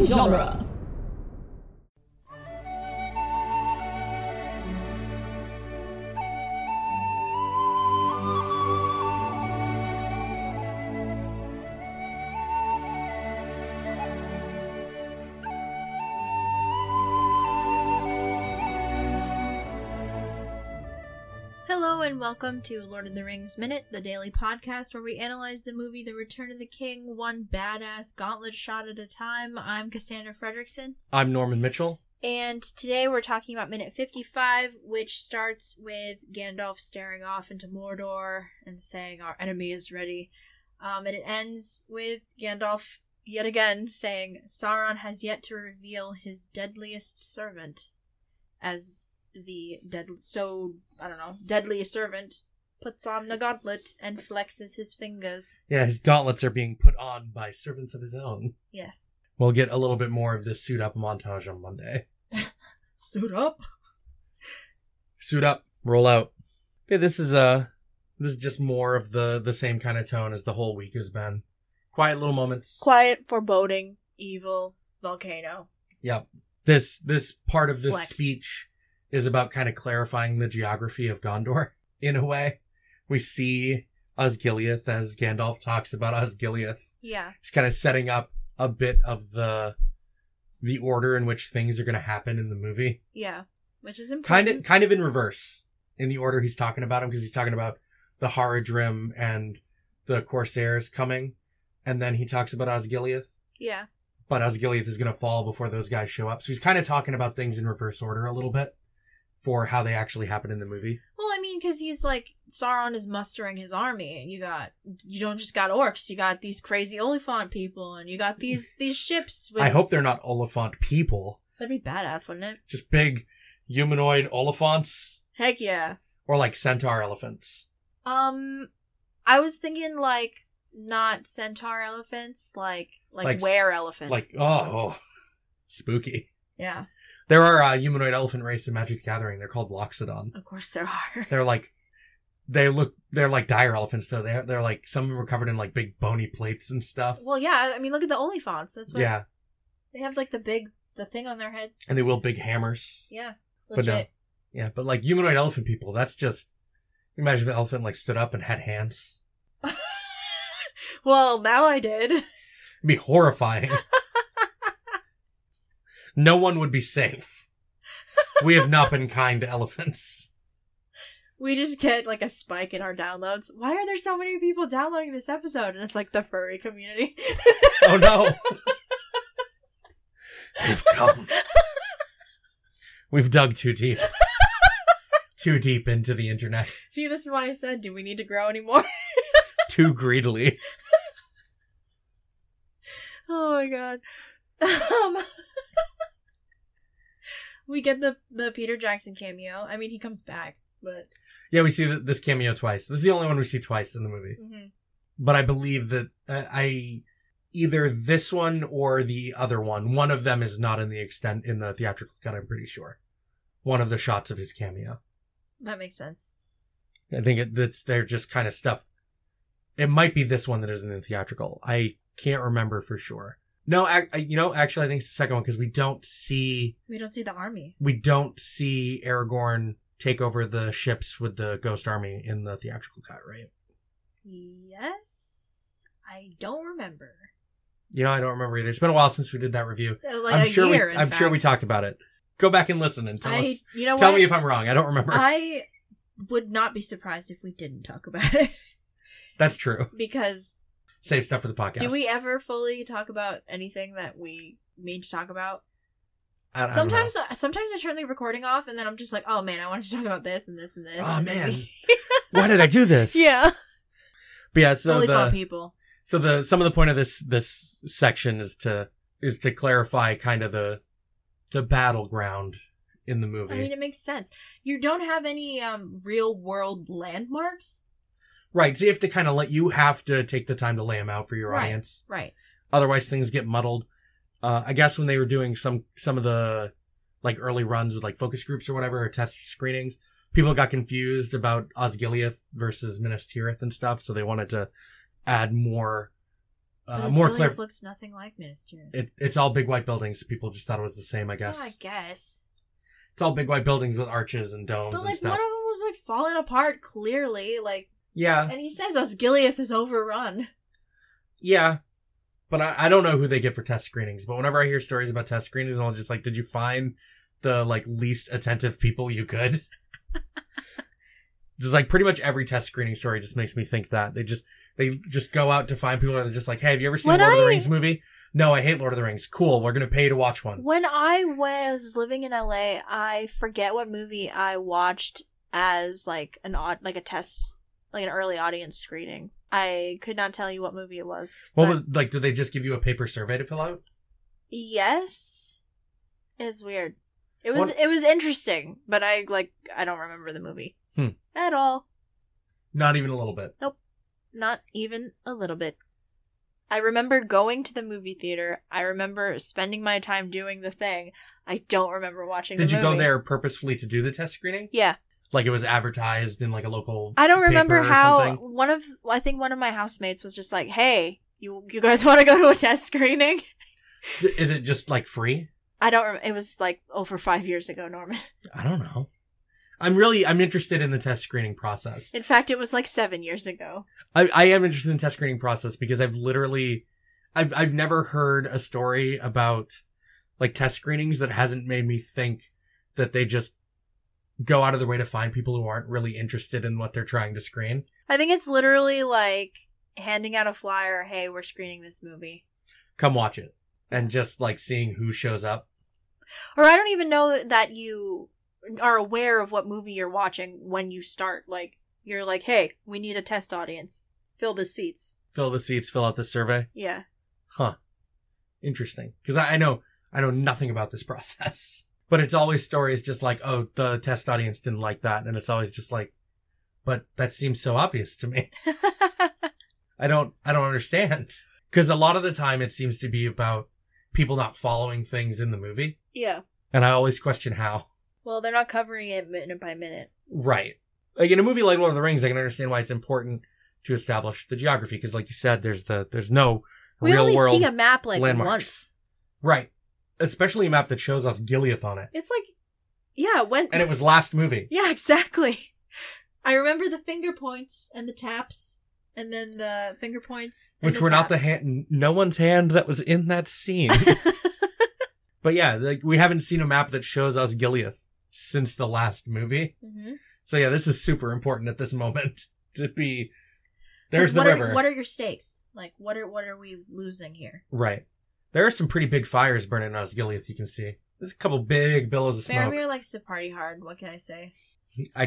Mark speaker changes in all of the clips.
Speaker 1: genre.
Speaker 2: Hello and welcome to Lord of the Rings Minute, the daily podcast where we analyze the movie The Return of the King one badass gauntlet shot at a time. I'm Cassandra Fredrickson,
Speaker 3: I'm Norman Mitchell.
Speaker 2: and today we're talking about minute 55, which starts with Gandalf staring off into Mordor and saying, Our enemy is ready. Um, and it ends with Gandalf yet again saying, Sauron has yet to reveal his deadliest servant as the dead so I don't know deadly servant puts on the gauntlet and flexes his fingers.
Speaker 3: Yeah, his gauntlets are being put on by servants of his own.
Speaker 2: Yes.
Speaker 3: We'll get a little bit more of this suit up montage on Monday.
Speaker 2: Suit up.
Speaker 3: Suit up, roll out. Yeah, this is uh this is just more of the the same kind of tone as the whole week has been. Quiet little moments.
Speaker 2: Quiet, foreboding, evil volcano.
Speaker 3: This this part of this
Speaker 2: Flex.
Speaker 3: speech is about kind of clarifying the geography of Gondor in a way. We see Osgiliath as Gandalf talks about Osgiliath
Speaker 2: Yeah.
Speaker 3: it's kind of setting up a bit of the the order in which things are going to happen in the movie
Speaker 2: Yeah. Which is
Speaker 3: kind
Speaker 2: important.
Speaker 3: of kind of in reverse in the order he's talking about him because he's talking about the Haradrim and the Corsairs coming and then he talks about Osgiliath
Speaker 2: Yeah.
Speaker 3: but Osgiliath is going to fall before those guys show up so he's kind of talking about things in reverse order a little bit for how they actually happen in the movie
Speaker 2: Well, I mean, because he's like Sauron is mustering his army. You got you don't just got orcs. You got these crazy Oliphant people, and you got these these ships. With,
Speaker 3: I hope they're not Oliphant people
Speaker 2: that'd be badass, wouldn't it?
Speaker 3: just big humanoid Oliphants
Speaker 2: Heck yeah.
Speaker 3: or like centaur elephants
Speaker 2: Um, I was thinking like not centaur elephants, like like,
Speaker 3: Like s-
Speaker 2: were elephants.
Speaker 3: like oh, oh. spooky
Speaker 2: yeah,
Speaker 3: there are a humanoid elephant race in magic the gathering they're called loxodon
Speaker 2: of course there are.
Speaker 3: they're like they look they're like dire elephants though they're, they're like some of them are covered in like big bony plates and stuff
Speaker 2: well, yeah. I mean, look at the Oliphants. That's what
Speaker 3: yeah
Speaker 2: they have like the big the thing on their head.
Speaker 3: and they wield big hammers
Speaker 2: Yeah,
Speaker 3: But no.
Speaker 2: legit.
Speaker 3: yeah but like humanoid elephant people that's just imagine if an elephant like stood up and had hands
Speaker 2: well, now I did.
Speaker 3: it'd be horrifying no one would be safe we have not been kind to elephants
Speaker 2: We just get like a spike in our downloads. Why are there so many people downloading this episode? And it's like the furry community.
Speaker 3: oh no we've come we've dug too deep too deep into the internet
Speaker 2: See, this is why I said, do we need to grow anymore?
Speaker 3: too greedily
Speaker 2: Oh my god. Um, we get the the Peter Jackson cameo. I mean, he comes back, but
Speaker 3: yeah we see th- this cameo twice this is the only one we see twice in the movie but i believe that uh, i either this one or the other one one of them is not in the extent in the theatrical cut i'm pretty sure one of the shots of his cameo
Speaker 2: that makes sense.
Speaker 3: i think it, that's they're just kind of stuff it might be this one that isn't in theatrical i can't remember for sure no I, I, you know actually i think it's the second one because we don't see
Speaker 2: We don't see the army.
Speaker 3: we don't see Aragorn take over the ships with the Ghost Army in the theatrical cut, right?
Speaker 2: Yes, I don't remember.
Speaker 3: You know, I don't remember either. It's been a while since we did that review.
Speaker 2: Uh, Like
Speaker 3: I'm
Speaker 2: a
Speaker 3: sure
Speaker 2: year.
Speaker 3: we,
Speaker 2: in
Speaker 3: I'm sure we
Speaker 2: fact.
Speaker 3: talked about it. Go back and listen and tell
Speaker 2: I,
Speaker 3: us.
Speaker 2: you know
Speaker 3: Tell
Speaker 2: what?
Speaker 3: me if I'm wrong. I don't remember.
Speaker 2: I would not be surprised if we didn't talk about it
Speaker 3: That's true.
Speaker 2: because
Speaker 3: Save stuff for the podcast.
Speaker 2: do we ever fully talk about anything that we mean to talk about?
Speaker 3: I don't- I don't know.
Speaker 2: Sometimes, sometimes I turn the recording off, and then I'm just like, "Oh man, I wanted to talk about this and this and this."
Speaker 3: Aw,
Speaker 2: and then
Speaker 3: Oh, man.
Speaker 2: we-
Speaker 3: Why did I do this?
Speaker 2: yeah,
Speaker 3: But yeah. So
Speaker 2: only
Speaker 3: the
Speaker 2: fun people.
Speaker 3: so the some of the point of this this section is to is to clarify kind of the the battleground in the movie.
Speaker 2: I mean, it makes sense. You don't have any um, real world landmarks,
Speaker 3: Right. So you have to kind of let you have to take the time to lay them out for your
Speaker 2: Right.
Speaker 3: audience.
Speaker 2: right?
Speaker 3: Otherwise, things get muddled. Uh, I guess when they were doing some some of the like early runs with like focus groups or whatever or test screenings, people got confused about Osgiliath versus Minas Tirith and stuff. So they wanted to add more
Speaker 2: But
Speaker 3: uh,
Speaker 2: his
Speaker 3: more
Speaker 2: village
Speaker 3: clear.
Speaker 2: looks nothing like Minas Tirith.
Speaker 3: It, it's all big white buildings. People just thought it was the same, I
Speaker 2: Yeah,
Speaker 3: guess.
Speaker 2: Oh, I guess.
Speaker 3: It's all big white buildings with arches and domes
Speaker 2: But
Speaker 3: and
Speaker 2: like one
Speaker 3: stuff.
Speaker 2: of them was like falling apart clearly, like,
Speaker 3: yeah,
Speaker 2: and he says Osgiliath is overrun.
Speaker 3: yeah. But I, I don't know who they get for test screenings. But whenever I hear stories about test screenings, I'm always just like, did you find the like least attentive people you could? just like pretty much every test screening story just makes me think that they just they just go out to find people and they're just like, hey, have you ever seen
Speaker 2: When
Speaker 3: Lord of the
Speaker 2: I-
Speaker 3: Rings movie? No, I hate Lord of the Rings. Cool, we're gonna pay to watch one.
Speaker 2: When I was living in LA, I forget what movie I watched as like an odd like a test like an early audience screening. I could not tell you what movie it was.
Speaker 3: What
Speaker 2: but-
Speaker 3: was like? Did they just give you a paper survey to fill out?
Speaker 2: Yes. It was weird. It was
Speaker 3: What-
Speaker 2: it was interesting, but I like I don't remember the movie.
Speaker 3: Hmm.
Speaker 2: At all.
Speaker 3: Not even a little bit.
Speaker 2: Not even a little bit. I remember going to the movie theater. I remember spending my time doing the thing. I don't remember watching
Speaker 3: Did
Speaker 2: the
Speaker 3: you go
Speaker 2: movie.
Speaker 3: there purposefully to do the test screening?
Speaker 2: Yeah.
Speaker 3: Like it was advertised in like a local.
Speaker 2: I don't
Speaker 3: paper
Speaker 2: remember
Speaker 3: or
Speaker 2: how
Speaker 3: something?
Speaker 2: one of I think one of my housemates was just like, "Hey, you you guys want to go to a test screening?"
Speaker 3: D- Is it just like free?
Speaker 2: I don't. Rem- it was like over five years ago, Norman.
Speaker 3: I don't know. I'm really I'm interested in the test screening process.
Speaker 2: In fact, it was like seven years ago.
Speaker 3: I, I am interested in the test screening process because I've literally I've I've never heard a story about like test screenings that hasn't made me think that they just go out of their way to find people who aren't really interested in what they're trying to screen.
Speaker 2: I think it's literally like handing out a flyer, "Hey, we're screening this movie,"
Speaker 3: Come watch it. And just like seeing who shows up.
Speaker 2: or I don't even know that you are aware of what movie you're watching when you start. Like you're like, "Hey, we need a test audience. Fill the seats."
Speaker 3: Fill the seats, fill out the survey.
Speaker 2: Yeah.
Speaker 3: Huh. Interesting. Because I, I know I know nothing about this process. But it's always stories just like, oh, the test audience didn't like that, and it's always just like, but that seems so obvious to me. I don't I don't understand. Because a lot of the time it seems to be about people not following things in the movie,
Speaker 2: yeah.
Speaker 3: and I always question how.
Speaker 2: Well, they're not covering it minute by minute.
Speaker 3: Right. Like in a movie like Lord of the Rings, I can understand why it's important to establish the geography because, like you said, there's the there's no
Speaker 2: We
Speaker 3: real
Speaker 2: only
Speaker 3: world
Speaker 2: see a map like
Speaker 3: landmarks.
Speaker 2: once.
Speaker 3: Right. Especially a map that shows us Gileath on it.
Speaker 2: It's like, yeah, when
Speaker 3: And it was last movie.
Speaker 2: yeah, exactly. I remember the finger points and the taps, and then the finger points, and
Speaker 3: Which were not the
Speaker 2: taps.
Speaker 3: hand, no one's hand that was in that scene. but yeah, like we haven't seen a map that shows us Gileath since the last movie.
Speaker 2: Mhm.
Speaker 3: So yeah, this is super important at this moment to be.
Speaker 2: Just
Speaker 3: There's the
Speaker 2: what
Speaker 3: river.
Speaker 2: Are, what are your stakes? Like, what are what are we losing here?
Speaker 3: right. There are some pretty big fires burning on Gileath. You can see. There's a couple big billows of smoke.
Speaker 2: Faramir likes to party hard. What can I say?
Speaker 3: I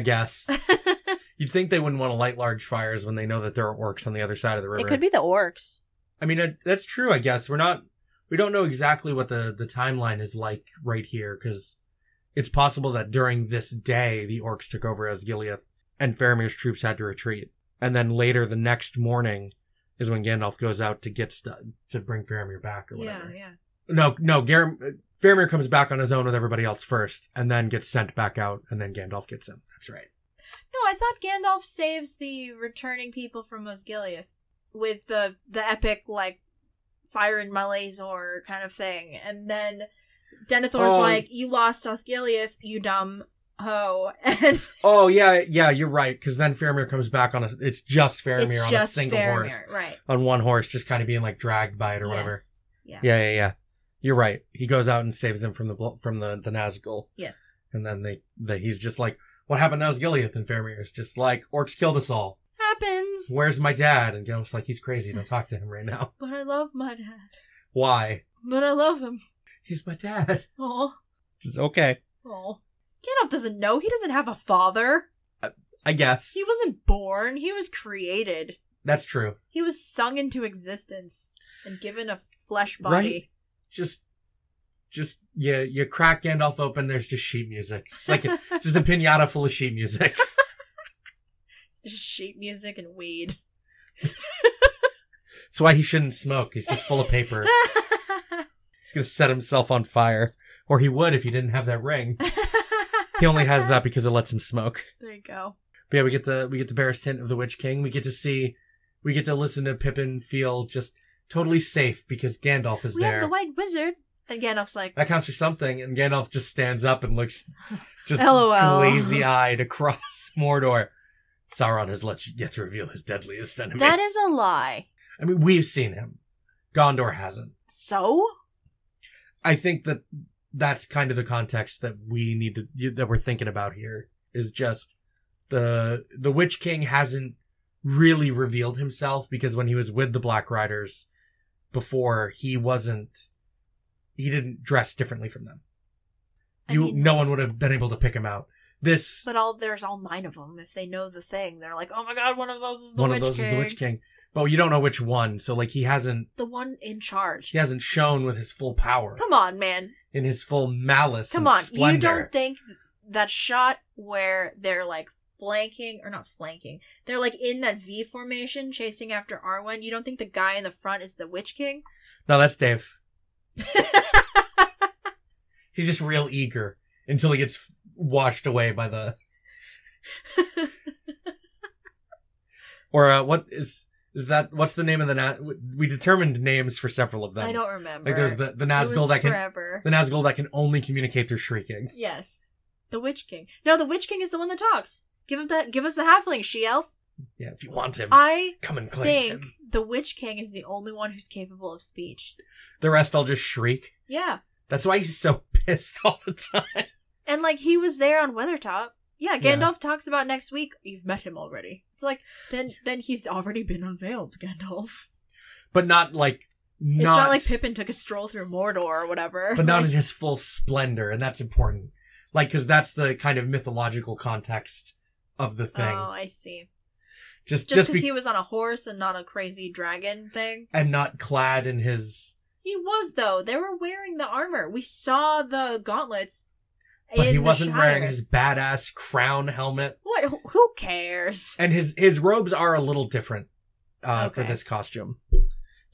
Speaker 3: guess
Speaker 2: it
Speaker 3: you'd think they wouldn't want to light large fires when they know that there are orcs on the other side of the river.
Speaker 2: could be the orcs.
Speaker 3: I mean, it- that's true. I guess we're not. We don't know exactly what the the timeline is like right here because it's possible that during this day the orcs took over as Gileath and Faramir's troops had to retreat, and then later the next morning is when Gandalf goes out to get stuff to bring Faramir back or
Speaker 2: Yeah,
Speaker 3: whatever.
Speaker 2: yeah.
Speaker 3: No, no, Gar- Faramir comes back on his own with everybody else first, and then gets sent back out, and then Gandalf gets him. That's right.
Speaker 2: No, I thought Gandalf saves the returning people from Osgiliath with the the epic like fire in Malazor kind of thing, and then Denethor's
Speaker 3: Oh.
Speaker 2: like, "You lost Osgiliath, you dumb hoe," and
Speaker 3: Oh yeah, yeah, you're right. Because then Faramir comes back on a. It's just Faramir
Speaker 2: it's
Speaker 3: on
Speaker 2: just
Speaker 3: a single
Speaker 2: Faramir,
Speaker 3: horse.
Speaker 2: right?
Speaker 3: on one horse, just kind of being like dragged by it or whatever.
Speaker 2: Yes. Yeah.
Speaker 3: Yeah, yeah, yeah. You're right. He goes out and saves them from the blo- from the the Nazgul,
Speaker 2: Yes.
Speaker 3: and then they, they he's just like, "What happened to Gileath?" And Faramir is just like, "Orcs killed us all.
Speaker 2: Happens.
Speaker 3: Where's my dad?" And Gandalf's like, "He's crazy. Don't talk to him right now.
Speaker 2: But I love my dad.
Speaker 3: Why?
Speaker 2: But I love him.
Speaker 3: He's my dad.
Speaker 2: Oh,
Speaker 3: Just okay,
Speaker 2: oh. Gandalf doesn't know. He doesn't have a father.
Speaker 3: I guess.
Speaker 2: He wasn't born. He was created.
Speaker 3: That's true.
Speaker 2: He was sung into existence and given a flesh body.
Speaker 3: Just." Just you, you crack Gandalf open. There's just sheet music. It's like a, just a pinata full of sheet music.
Speaker 2: Just sheet music and weed.
Speaker 3: That's why he shouldn't smoke. He's just full of paper. He's gonna set himself on fire, or he would if he didn't have that ring. He only has that because it lets him smoke.
Speaker 2: There you go.
Speaker 3: But yeah, we get the we get the barest hint of the Witch King. We get to see, we get to listen to Pippin feel just totally safe because Gandalf is
Speaker 2: we
Speaker 3: there.
Speaker 2: have the White Wizard, and Gandalf's like,
Speaker 3: that counts for something. And Gandalf just stands up and looks just
Speaker 2: LOL.
Speaker 3: lazy eyed across Mordor. Sauron has let you, yet to reveal his deadliest enemy.
Speaker 2: that is a lie.
Speaker 3: I mean, we've seen him. Gondor hasn't.
Speaker 2: So
Speaker 3: I think that that's kind of the context that we need to you- that we're thinking about here is just the the Witch King hasn't really revealed himself because when he was with the Black Riders before, he wasn't he didn't dress differently from them.
Speaker 2: I
Speaker 3: you
Speaker 2: mean-
Speaker 3: no one would have been able to pick him out. This
Speaker 2: But all there's all nine of them. If they know the thing, they're like, "Oh my god, one of those is the
Speaker 3: one
Speaker 2: witch
Speaker 3: of those
Speaker 2: king."
Speaker 3: is the Witch King, but you don't know which one. So like he hasn't
Speaker 2: The one in charge.
Speaker 3: he hasn't shown with his full power
Speaker 2: Come on, man.
Speaker 3: in his full malice.
Speaker 2: Come
Speaker 3: and
Speaker 2: on. You
Speaker 3: splendor.
Speaker 2: don't think that shot where they're like flanking or not flanking? They're like in that V formation chasing after Arwen. You don't think the guy in the front is the witch king?
Speaker 3: No, that's Dave. He's just real eager until he gets washed away by the. Or uh, what is is that? What's the name of the na- we determined names for several of them.
Speaker 2: I don't remember.
Speaker 3: like. There's the the
Speaker 2: It was
Speaker 3: Nazgul that can
Speaker 2: forever.
Speaker 3: the Nazgul that can only communicate through shrieking.
Speaker 2: Yes, the witch king. No, the witch king is the one that talks. Give him that. Give us the halfling, she elf.
Speaker 3: Yeah, if you want him,
Speaker 2: I
Speaker 3: come and claim
Speaker 2: think
Speaker 3: him.
Speaker 2: the Witch King is the only one who's capable of speech.
Speaker 3: The rest I'll just shriek.
Speaker 2: Yeah.
Speaker 3: That's why he's so pissed all the time.
Speaker 2: And like he was there on Weathertop. Yeah,
Speaker 3: Yeah.
Speaker 2: Gandalf talks about next week. You've met him already. It's like then then he's already been unveiled, Gandalf.
Speaker 3: But not like not,
Speaker 2: It's not like Pippin took a stroll through Mordor or whatever.
Speaker 3: but not in
Speaker 2: Like,
Speaker 3: his full splendor, and that's important. Like, because that's the kind of mythological context of the thing.
Speaker 2: Oh, I see.
Speaker 3: just
Speaker 2: Just
Speaker 3: just
Speaker 2: because
Speaker 3: be-
Speaker 2: he was on a horse and not a crazy dragon thing.
Speaker 3: and not clad in his.
Speaker 2: He was though. They were wearing the armor. We saw the gauntlets.
Speaker 3: But
Speaker 2: in
Speaker 3: he
Speaker 2: the
Speaker 3: wasn't wearing
Speaker 2: Shire.
Speaker 3: his badass crown helmet,
Speaker 2: What? Who- Who cares?
Speaker 3: and his his robes are a little different uh, for
Speaker 2: Okay.
Speaker 3: this costume.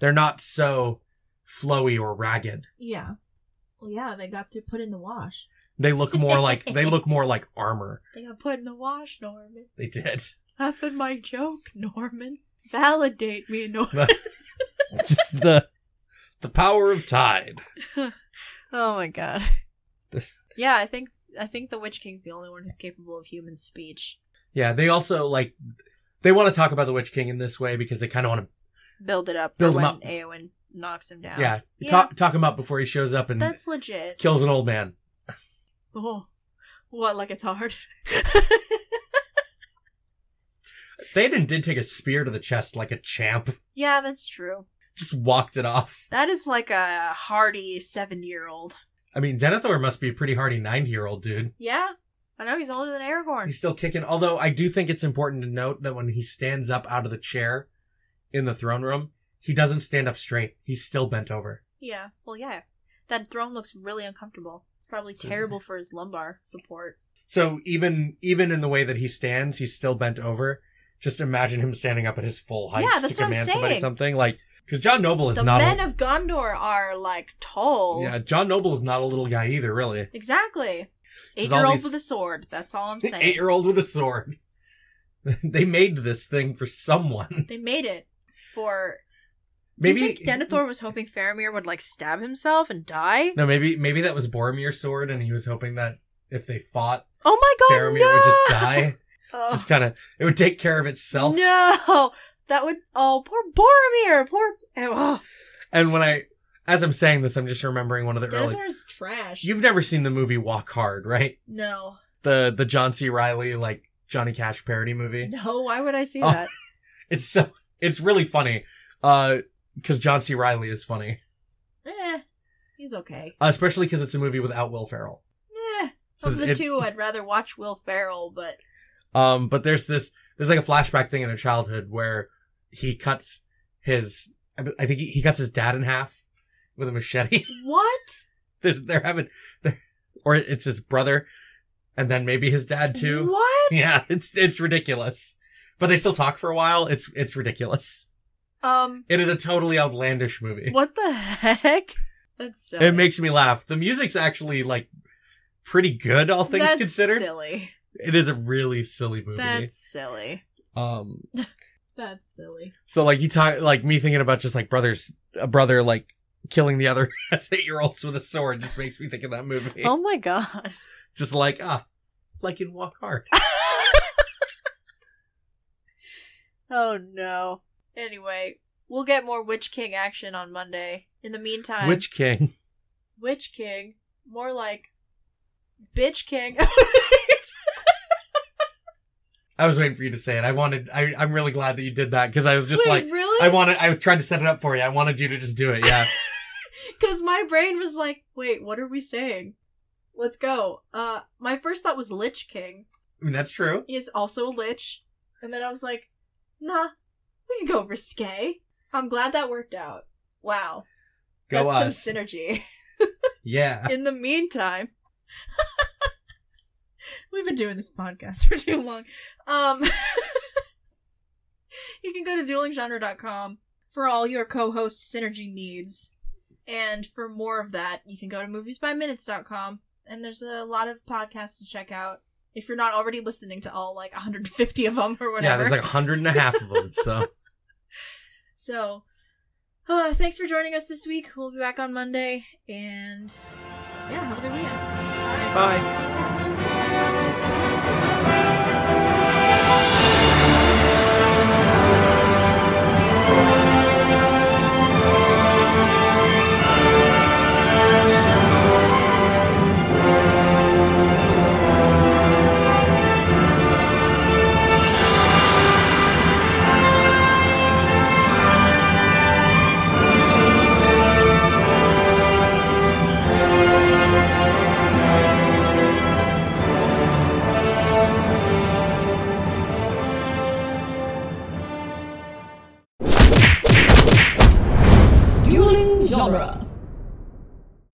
Speaker 3: They're not so flowy or ragged.
Speaker 2: Yeah. Well, yeah, they got to put in the wash.
Speaker 3: They look more like they look more like armor.
Speaker 2: They got put in the wash, Norman.
Speaker 3: They did.
Speaker 2: Laugh at my joke, Norman. Validate me, Norman.
Speaker 3: the the power of tide.
Speaker 2: Oh my god. yeah, I think I think the Witch King's the only one who's capable of human speech.
Speaker 3: Yeah, they also like they want to talk about the Witch King in this way because they kind of want to
Speaker 2: Build it up
Speaker 3: Build
Speaker 2: for
Speaker 3: 'em
Speaker 2: when
Speaker 3: up.
Speaker 2: Eowyn knocks him down.
Speaker 3: yeah,
Speaker 2: Yeah.
Speaker 3: talk talk him up before he shows up and
Speaker 2: That's legit.
Speaker 3: kills an old man.
Speaker 2: Oh. What, like it's hard?
Speaker 3: Thaden did take a spear to the chest like a champ.
Speaker 2: yeah, that's true.
Speaker 3: just walked it off.
Speaker 2: That is like a hardy seven year old.
Speaker 3: I mean, Denethor must be a pretty hardy 90 year old dude.
Speaker 2: Yeah. I know he's older than Aragorn.
Speaker 3: He's still kicking. Although I do think it's important to note that when he stands up out of the chair in the throne room, he doesn't stand up straight. He's still bent over.
Speaker 2: Yeah. Well, yeah. That throne looks really uncomfortable. It's probably
Speaker 3: Doesn't it?
Speaker 2: terrible for his lumbar support.
Speaker 3: So even even in the way that he stands, he's still bent over. Just imagine him standing up at his full height
Speaker 2: Yeah,
Speaker 3: to
Speaker 2: that's what I'm
Speaker 3: command somebody
Speaker 2: saying.
Speaker 3: something. Like because John Noble is
Speaker 2: the
Speaker 3: not
Speaker 2: men
Speaker 3: a,
Speaker 2: of Gondor are like tall.
Speaker 3: yeah John Noble is not a little guy either, really.
Speaker 2: Exactly. Eight
Speaker 3: There's all
Speaker 2: year olds
Speaker 3: these-
Speaker 2: with a sword. That's all I'm
Speaker 3: Eight
Speaker 2: saying.
Speaker 3: year old with a sword. they made this thing for someone.
Speaker 2: they made it for.
Speaker 3: Maybe
Speaker 2: Do you think Denethor was hoping Faramir would like stab himself and die?
Speaker 3: No, maybe maybe that was Boromir's sword, and he was hoping that if they fought,
Speaker 2: Oh my god!
Speaker 3: Faramir
Speaker 2: no!
Speaker 3: would just die.
Speaker 2: Oh,
Speaker 3: Just kind of, it would take care of itself.
Speaker 2: No, that would. Oh, poor Boromir. Poor. Oh,
Speaker 3: And when I, as I'm saying this, I'm just remembering one of the early.
Speaker 2: Denethor is trash.
Speaker 3: You've never seen the movie Walk Hard, right?
Speaker 2: No,
Speaker 3: The the John C. Riley like Johnny Cash parody movie.
Speaker 2: no. Why would I see
Speaker 3: Oh.
Speaker 2: that?
Speaker 3: It's so it's really funny, uh, because John C. Riley is funny,
Speaker 2: Eh, he's okay.
Speaker 3: uh, especially because it's a movie without Will Ferrell.
Speaker 2: Eh,
Speaker 3: So
Speaker 2: of the
Speaker 3: it-
Speaker 2: two, I'd rather watch Will Ferrell, but
Speaker 3: Um, but there's this, there's like a flashback thing in their childhood where he cuts his, I be- I think he, he cuts his dad in half with a machete.
Speaker 2: what?
Speaker 3: There's- they're having, they're, or it's his brother, and then maybe his dad too.
Speaker 2: What?
Speaker 3: Yeah, it's it's ridiculous. But they still talk for a while. It's it's ridiculous.
Speaker 2: Um,
Speaker 3: It is a totally outlandish movie.
Speaker 2: what the heck? That's so.
Speaker 3: It makes me laugh. The music's actually like pretty good, all things
Speaker 2: That's
Speaker 3: considered.
Speaker 2: Silly.
Speaker 3: It is a really silly movie.
Speaker 2: That's silly.
Speaker 3: Um,
Speaker 2: That's silly.
Speaker 3: So like you talk like me thinking about just like brothers a brother like killing the other as eight year olds with a sword just makes me think of that movie.
Speaker 2: Oh my god.
Speaker 3: Just like ah, like in Walk Hard.
Speaker 2: Oh no. Anyway, we'll get more Witch King action on Monday. In the meantime,
Speaker 3: Witch King.
Speaker 2: Witch King, more like Bitch King.
Speaker 3: I was waiting for you to say it. I wanted. I, I'm really glad that you did that because I was just
Speaker 2: Wait,
Speaker 3: like,
Speaker 2: really?
Speaker 3: I wanted. I tried to set it up for you. I wanted you to just do it. Yeah.
Speaker 2: Because my brain was like, wait, what are we saying? Let's go. Uh, my first thought was Lich King.
Speaker 3: I mean, that's true.
Speaker 2: He is also a lich. And then I was like, nah, we can go risque. I'm glad that worked out. Wow.
Speaker 3: Go
Speaker 2: That's
Speaker 3: us.
Speaker 2: some synergy.
Speaker 3: yeah.
Speaker 2: In the meantime, we've been doing this podcast for too long. Um, you can go to duelinggenre.com for all your co host synergy needs. And for more of that, you can go to moviesbyminutes.com. And there's a lot of podcasts to check out. If you're not already listening to all like 150 of them or whatever.
Speaker 3: Yeah. There's like a hundred and a half of them. So
Speaker 2: So, uh, thanks for joining us this week. We'll be back on Monday, and yeah, have a good weekend.
Speaker 3: bye.
Speaker 1: Dueling genre.